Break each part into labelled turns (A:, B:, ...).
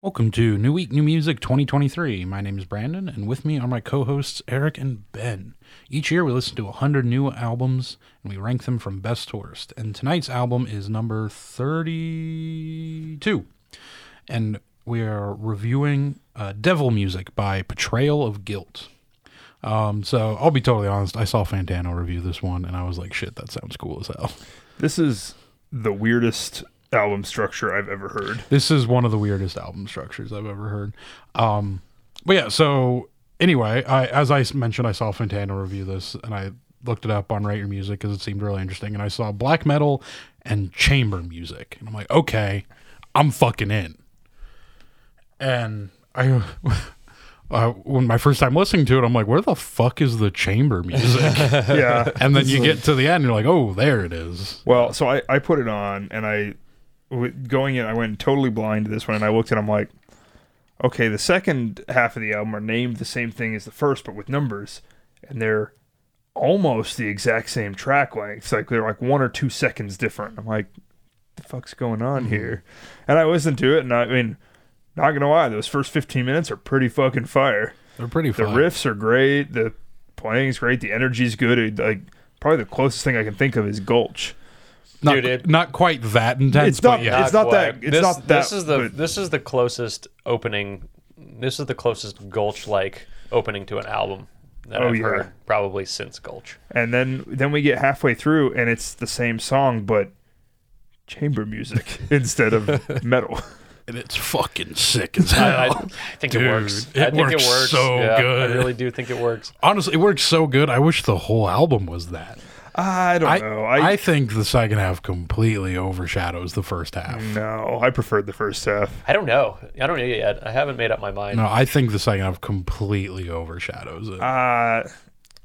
A: Welcome to New Week, New Music 2023. My name is Brandon, and with me are my co hosts Eric and Ben. Each year we listen to 100 new albums and we rank them from best to worst. And tonight's album is number 32. And we are reviewing uh, Devil Music by Portrayal of Guilt. Um, so I'll be totally honest, I saw Fantano review this one and I was like, shit, that sounds cool as hell.
B: This is the weirdest album structure I've ever heard.
A: This is one of the weirdest album structures I've ever heard. Um, but yeah, so anyway, I, as I s- mentioned, I saw Fantano review this and I looked it up on Rate Your Music because it seemed really interesting. And I saw black metal and chamber music. And I'm like, okay, I'm fucking in. And I. Uh, when my first time listening to it, I'm like, "Where the fuck is the chamber music?"
B: Yeah.
A: and then you get to the end, and you're like, "Oh, there it is."
B: well, so I, I put it on and I, w- going in, I went totally blind to this one and I looked at it, I'm like, okay, the second half of the album are named the same thing as the first, but with numbers. And they're almost the exact same track lengths. Like they're like one or two seconds different. I'm like, the fuck's going on here? And I listened to it and I, I mean, not gonna lie, those first 15 minutes are pretty fucking fire.
A: They're pretty.
B: The
A: fun.
B: riffs are great. The playing's great. The energy's good. It, like probably the closest thing I can think of is Gulch.
A: not,
C: Dude, it-
A: not quite that intense,
B: It's not-
A: but yeah,
B: It's not that-
C: quite.
B: it's
C: this,
B: not that,
C: This is the
B: but-
C: this is the closest opening. This is the closest Gulch like opening to an album that
B: Oh,
C: I've
B: yeah.
C: heard probably since Gulch.
B: And then then we get halfway through and it's the same song but chamber music instead of metal.
A: and it's fucking sick as
C: I, I
A: hell.
C: think
A: Dude,
C: it works.
A: it
C: I think
A: works
C: it works
A: so
C: Yeah,
A: good.
C: I really do think it works.
A: Honestly, it works so good. I wish the whole album was that.
B: I don't
A: I
B: know.
A: I,
B: I,
A: think the second half completely overshadows the first half.
B: no. I preferred the first half.
C: I don't know. I don't know yet. I haven't made up my
B: Mm.
C: mind.
A: No, I think the second half completely overshadows it.
B: Uh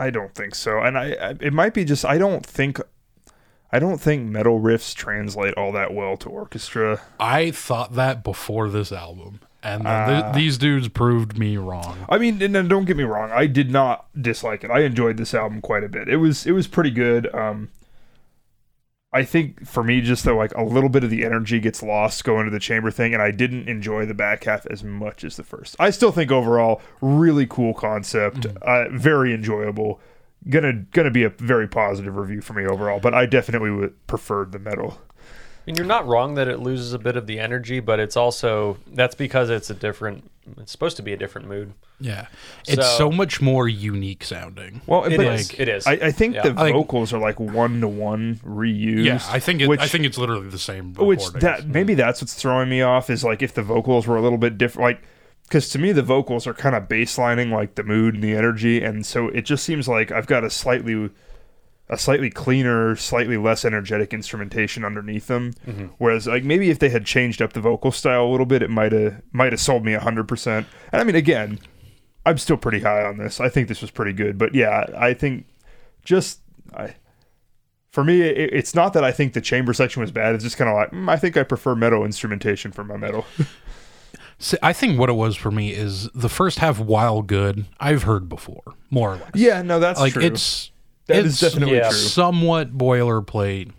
B: I don't think so. And I, I it might be just I don't think I don't think metal riffs translate all that well to orchestra.
A: I thought that before this album, and then th-
B: Ah.
A: these dudes proved me wrong.
B: I mean, and, and don't get me wrong, I did not dislike it. I enjoyed this album quite a bit. It was it was pretty good. Um, I think for me, just though, like a little bit of the energy gets lost going to the chamber thing, and I didn't enjoy the back half as much as the first. I still think overall, really cool concept,
A: Mm-hmm.
B: uh, very enjoyable. Gonna gonna be a very positive review for me overall, but I definitely would preferred the metal.
C: I mean, you're not wrong that it loses a bit of the energy, but it's also that's because it's a different. It's supposed to be a different mood.
A: Yeah, it's so,
C: So-
A: much more unique sounding.
B: Well,
C: It
B: but
C: is. it is.
B: I, I think
C: Yeah.
B: the
A: Uh, I-
B: vocals are like one to one reused.
A: yeah, I think it, I
B: which-
A: think it's literally the same.
B: which
A: recordings.
B: that maybe that's what's throwing me off is like if the vocals were a little bit different like because to me the vocals are kind of baselining like the mood and the energy and so it just seems like i've got a slightly a slightly cleaner slightly less energetic instrumentation underneath them whereas like maybe if they had changed up the vocal style a little bit it might have might have sold me 100% and i mean again i'm still pretty high on this i think this was pretty good but yeah i think just i for me, it, it's not that I think the chamber section was bad. It's just kind of like mm, I think I prefer metal instrumentation for my metal.
A: See, I think what it was for me is the first half, while good, I've heard before, more or less.
B: yeah, no, that's
A: like
B: true.
A: it's
B: That
A: it's
B: is definitely
C: yeah.
B: true.
A: somewhat boilerplate.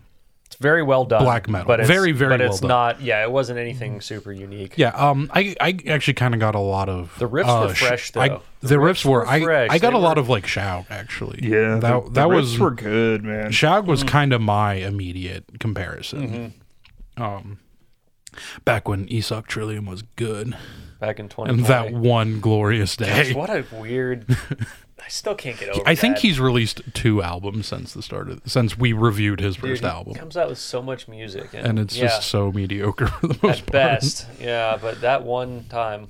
C: It's very well done.
A: Black metal.
C: But it's,
A: Very, very
C: But
A: well
C: it's
A: done.
C: not. Yeah, it wasn't anything super unique.
A: Yeah, um, I I actually kind of got a lot of
C: The riffs
A: uh,
C: were
A: sh-
C: fresh,
A: I-
C: though.
A: the,
C: The
A: riffs,
C: riffs
A: were,
C: were
A: I
C: fresh.
A: I got
C: They
A: a lot
C: were-
A: of like shout actually.
B: Yeah, the-
A: that
B: the
A: that
B: riffs
A: was
B: were good, man.
A: Shag was
C: Mm-hmm.
A: kind of my immediate comparison.
C: Mm-hmm.
A: Um, back when Esoc Trillium was good,
C: Back in 2020.
A: and that one glorious day.
C: What a weird. I still can't get over.
A: I think
C: that.
A: he's released two albums since the start of since we reviewed his
C: Dude,
A: first
C: he
A: album,
C: comes out with so much music, and,
A: and it's
C: yeah,
A: just so mediocre for the most
C: at
A: part.
C: best. Yeah, but that one time,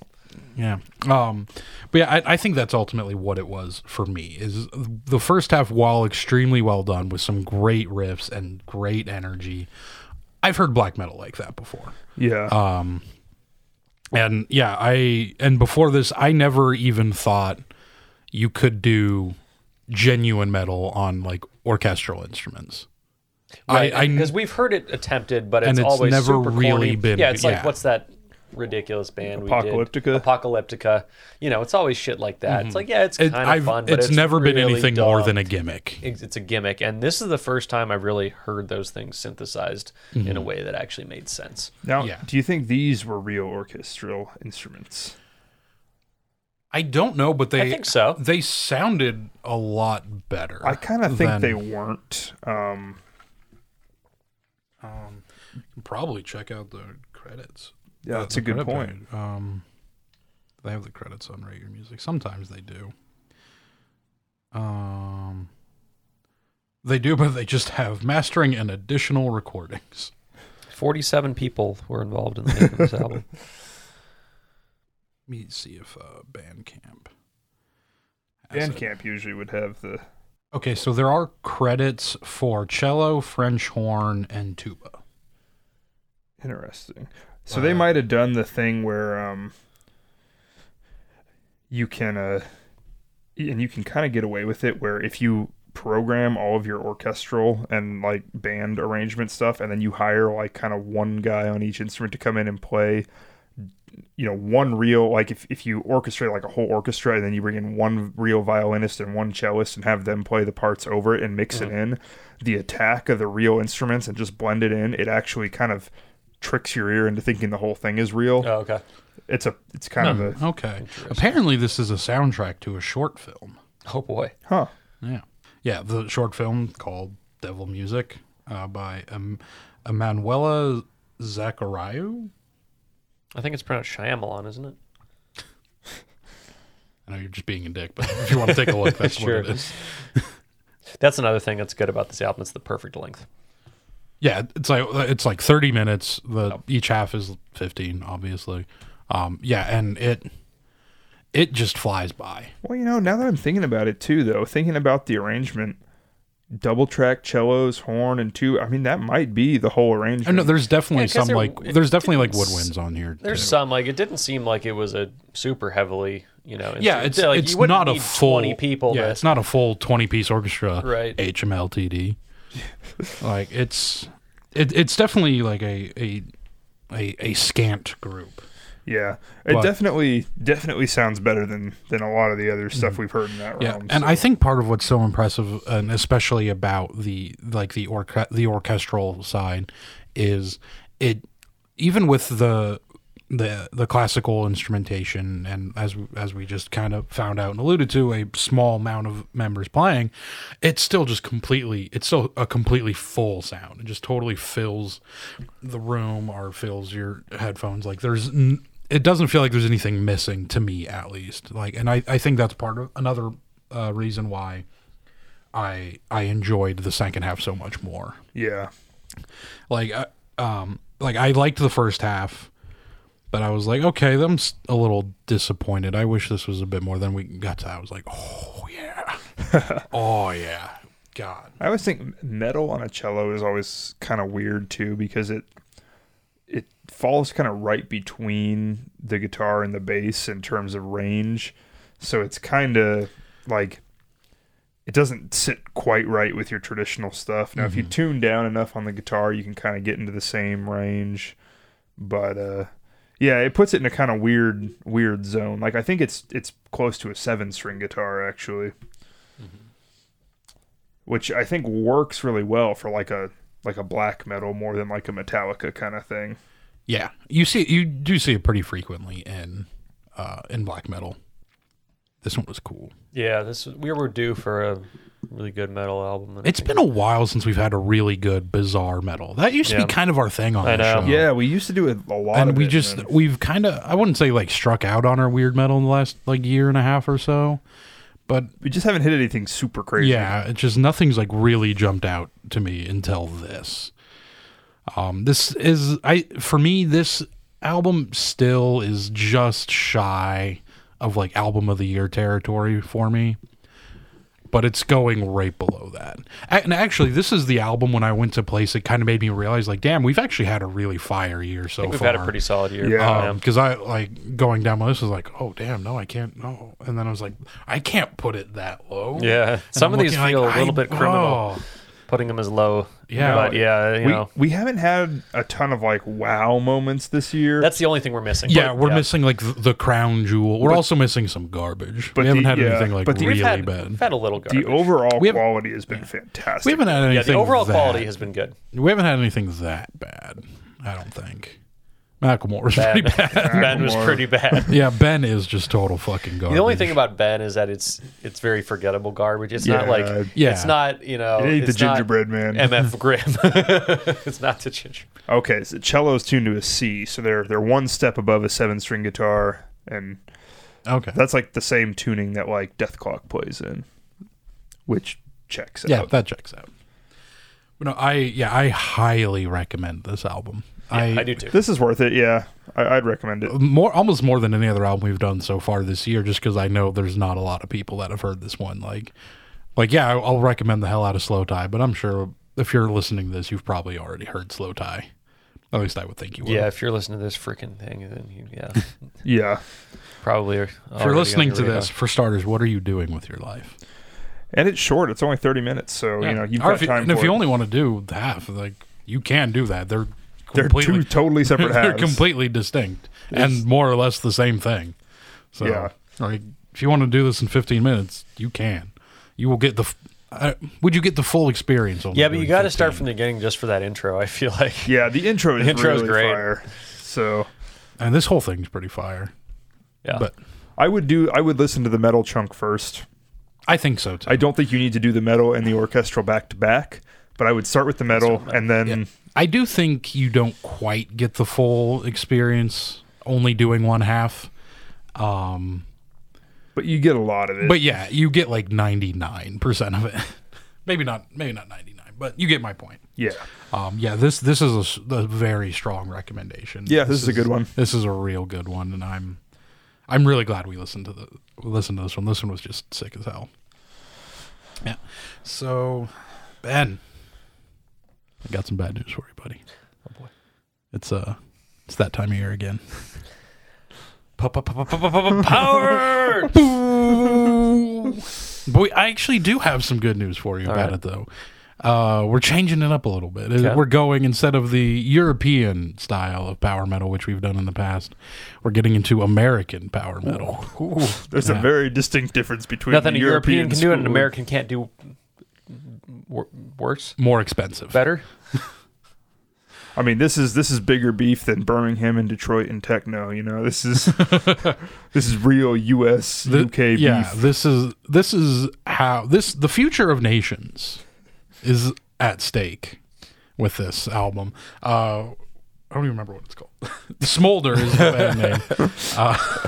A: Yeah. Um, but yeah, I, I think that's ultimately what it was for me. Is the first half, while extremely well done with some great riffs and great energy, I've heard black metal like that before.
B: Yeah,
A: uh, And yeah, I and before this, I never even thought you could do genuine metal on like orchestral instruments. I, I
C: because we've heard it attempted, but it's,
A: And it's
C: always
A: never
C: super
A: really
C: corny.
A: been-
C: Yeah, it's like
A: yeah.
C: what's that? ridiculous band
B: Apocalyptica.
C: we did. Apocalyptica. You know, it's always shit like that. It's like, yeah, it's
A: Mm-hmm. It,
C: kind of
A: I've,
C: fun, but
A: it's,
C: it's,
A: never been
C: really
A: anything more
C: dumb.
A: than a gimmick.
C: It's it's a gimmick, and this is the first time I've really heard those things synthesized in
A: Mm-hmm.
C: a way that actually made sense.
B: Now,
A: Yeah.
B: do you think these were real orchestral instruments?
A: I don't know, but they
C: I think so.
A: They sounded a lot better.
B: I kind of think
A: than-
B: they weren't. Um,
A: probably check out the credits.
B: yeah, that's a
A: The
B: good
A: credit
B: point.
A: page. Um, they have the credits on Rate Your Music. Sometimes they do. Um, they do, but they just have mastering and additional recordings.
C: Forty-seven people were involved in the making of this album.
A: Let me see if uh, Bandcamp. has it.
B: Bandcamp usually would have the.
A: Okay, so there are credits for cello, French horn, and tuba.
B: Interesting. So they might have done the thing where um, you can uh, and you can kind of get away with it where if you program all of your orchestral and like band arrangement stuff and then you hire like kind of one guy on each instrument to come in and play you know one real like if, if you orchestrate like a whole orchestra and then you bring in one real violinist and one cellist and have them play the parts over it and mix it
A: Mm-hmm.
B: in the attack of the real instruments and just blend it in it actually kind of tricks your ear into thinking the whole thing is real
C: Oh, okay.
B: it's a it's kind
A: Hmm.
B: of a
A: Okay. Apparently, this is a soundtrack to a short film.
C: Oh boy.
B: huh
A: Yeah. Yeah, the short film called Devil Music uh, by um, Emanuela Zachariu.
C: I think it's pronounced Shyamalan, isn't it?
A: I know you're just being a dick, but if you want to take a look, that's
C: Sure.
A: what it is.
C: That's another thing that's good about this album. It's the perfect length.
A: Yeah, it's like it's like 30 minutes. The each half is 15, obviously. Um, yeah, and it it just flies by.
B: well you know now that i'm thinking about it too though thinking about the arrangement double track cellos horn and two i mean that might be the whole
A: I
B: arrangement
A: know there's definitely
C: Yeah, 'cause
A: some
C: there-
A: like
C: it
A: there's definitely like
C: didn't s-
A: woodwinds on here.
C: There's
A: too.
C: some like it didn't seem like it was a super heavily, you know.
A: yeah,
C: instru-
A: it's
C: like,
A: it's
C: you wouldn't
A: not a
C: need
A: full
C: 20 people.
A: Yeah,
C: to-
A: it's not a full twenty piece orchestra.
C: Right.
A: HMLTD. like it's it, it's definitely like a a a, a scant group.
B: yeah it
A: But-
B: definitely definitely sounds better than than a lot of the other stuff we've heard in that
A: Mm-hmm. Yeah,
B: realm
A: and
B: so-
A: I think part of what's so impressive, and especially about the like the orca- the orchestral side, is it even with the the the classical instrumentation and as as we just kind of found out and alluded to a small amount of members playing it's still just completely it's still a completely full sound it just totally fills the room or fills your headphones like there's n- it doesn't feel like there's anything missing to me at least like and i i think that's part of another uh, reason why i i enjoyed the second half so much more
B: yeah
A: like I- um like I liked the first half but I was like okay I'm s- a little disappointed I wish this was a bit more than we got to that. I was like oh yeah oh yeah god
B: I always think metal on a cello is always kind of weird too because it it falls kind of right between the guitar and the bass in terms of range. So it's kind of like it doesn't sit quite right with your traditional stuff. Now if you tune down enough on the guitar, you can kind of get into the same range, but uh yeah, it puts it in a kind of weird weird zone. Like I think it's it's close to a 7-string guitar actually which I think works really well for like a like a black metal more than like a Metallica kind of thing.
A: yeah you see you do see it pretty frequently in uh in black metal this one was cool
C: Yeah, this we were due for a really good metal album. and I
A: it's
C: think-
A: been a while since we've had a really good bizarre metal that used to
C: Yeah.
A: be kind of our thing on
C: I
A: the
C: know.
A: show
B: Yeah, we used to do it a lot,
A: and
B: of
A: we
B: it,
A: just
B: Um, and-
A: we've kind of I wouldn't say like struck out on our weird metal in the last like year and a half or so, but
B: we just haven't hit anything super crazy.
A: yeah, it's just nothing's like really jumped out to me until this. Um, this is I for me this album still is just shy of like album of the year territory for me, but it's going right below that. A- And actually, this is the album when I went to place it kind of made me realize like, damn, we've actually had a really fire year so
C: I think we've
A: far
C: had a pretty solid year.
B: Yeah.
C: Um,
A: because I like going down my list was like, oh damn, no, I can't, no, and then I was like, I can't put it that low.
C: Yeah.
A: And
C: Some
A: I'm
C: of these
A: looking
C: feel a little
A: I-
C: bit criminal.
A: oh.
C: putting them as low.
A: Yeah.
C: but yeah, you
B: we,
C: know,
B: we haven't had a ton of like wow moments this year.
C: that's the only thing we're missing.
A: yeah,
C: But,
A: we're missing like th- the crown jewel. We're also missing some garbage.
B: but
A: we haven't
B: the-
A: had
B: yeah,
A: anything like
B: but the-
A: really
B: we've
C: We've had,
A: bad.
C: we've had a little garbage.
B: the overall
A: We haven't-
B: quality has been fantastic.
A: we haven't had anything.
C: yeah, the overall
A: that-
C: quality has been good.
A: We haven't had anything that bad. I don't think. Macklemore is
C: Bad.
A: pretty bad.
C: ben was
B: Macklemore.
C: pretty bad.
A: yeah, Ben is just total fucking garbage.
C: The only thing about Ben is that it's it's very forgettable garbage. It's not
B: Yeah.
C: like
A: Yeah.
C: it's not you know
B: It ain't the
C: it's not
B: gingerbread man.
C: MF Grimm. it's not the ginger.
B: Okay, so cello's tuned to a C, so they're they're one step above a seven string guitar, and
A: okay.
B: that's like the same tuning that like Death Clock plays in, which checks
A: yeah,
B: out.
A: that checks out. But no, I yeah, I highly recommend this album.
C: I do too.
B: This is worth it. Yeah, I, I'd recommend it.
A: more almost more than any other album we've done so far this year just because i know there's not a lot of people that have heard this one like like yeah I- i'll recommend the hell out of slow tie but i'm sure if you're listening to this you've probably already heard slow tie at least i would think you would
C: Yeah, if you're listening to this freaking thing, then you, yeah,
B: Yeah,
C: probably. Are
A: if you're listening to this for starters what are you doing with your life
B: and it's short. It's only thirty minutes, so you know you've
A: Or
B: got
A: if you-
B: time.
A: and
B: for
A: if you
B: it.
A: only want to do half like you can do that they're
B: they're
A: completely
B: two totally separate
A: they're
B: halves.
A: completely distinct and more or less the same thing so
B: Yeah.
A: like if you want to do this in 15 minutes you can you will get the f- uh, would you get the full experience on
C: Yeah, but you got to start from the beginning just for that intro. I feel like
B: yeah, the intro is
C: The intro's
B: really
C: great.
B: fire. So
A: and this whole thing's pretty fire
C: yeah,
A: but
B: I would do. I would listen to the metal chunk first.
A: i think so too
B: I don't think you need to do the metal and the orchestral back to back, but I would start with the metal and then.
A: i do think you don't quite get the full experience only doing one half um
B: But you get a lot of it.
A: but yeah you get like 99% of it maybe not maybe not 99 but you get my point
B: yeah,
A: Um, yeah, this this is a s- a, very strong recommendation.
B: Yeah, this is a good one.
A: This is a real good one, and I'm I'm really glad we listened to the listened to this one. This one was just sick as hell. Yeah. So, Ben, I got some bad news for you, buddy.
C: Oh, boy.
A: It's uh, it's that time of year again.
C: power.
A: Boy, I actually do have some good news for you
C: All
A: about it,
C: right.
A: though. Uh, we're changing it up a little bit.
C: Okay.
A: We're going instead of the European style of power metal, which we've done in the past, we're getting into American power metal.
B: there's a very distinct difference between
C: Nothing a
B: the
C: European can do and an
B: school-
C: American can't do wor- worse,
A: More expensive.
C: better.
B: I mean, this is this is bigger beef than Birmingham and Detroit and techno. You know, this is this is real U.S.
A: The-
B: UK
A: yeah,
B: beef.
A: this is this is how this the future of nations is at stake with this album. Uh, I don't even remember what it's called. Smolder is the band name. Uh,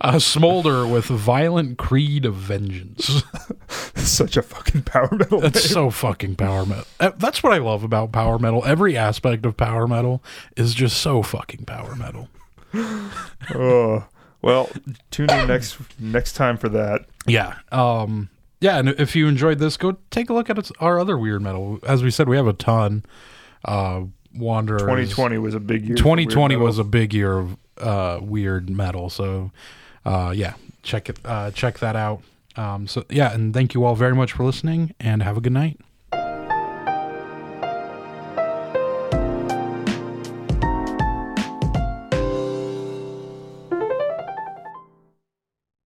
A: uh, Smolder with violent creed of vengeance.
B: Such a fucking power metal.
A: That's so fucking power metal. Uh, That's what I love about power metal. Every aspect of power metal is just so fucking power metal.
B: oh. Well, tune in next next time for that.
A: Yeah. Um yeah, and if you enjoyed this, go take a look at its, our other weird metal. As we said, we have a ton. Uh Wanderers.
B: 2020 was a big year. for weird
A: 2020
B: metal.
A: was a big year of uh weird metal. So uh yeah, check it uh check that out. Um so yeah, and thank you all very much for listening and have a good night.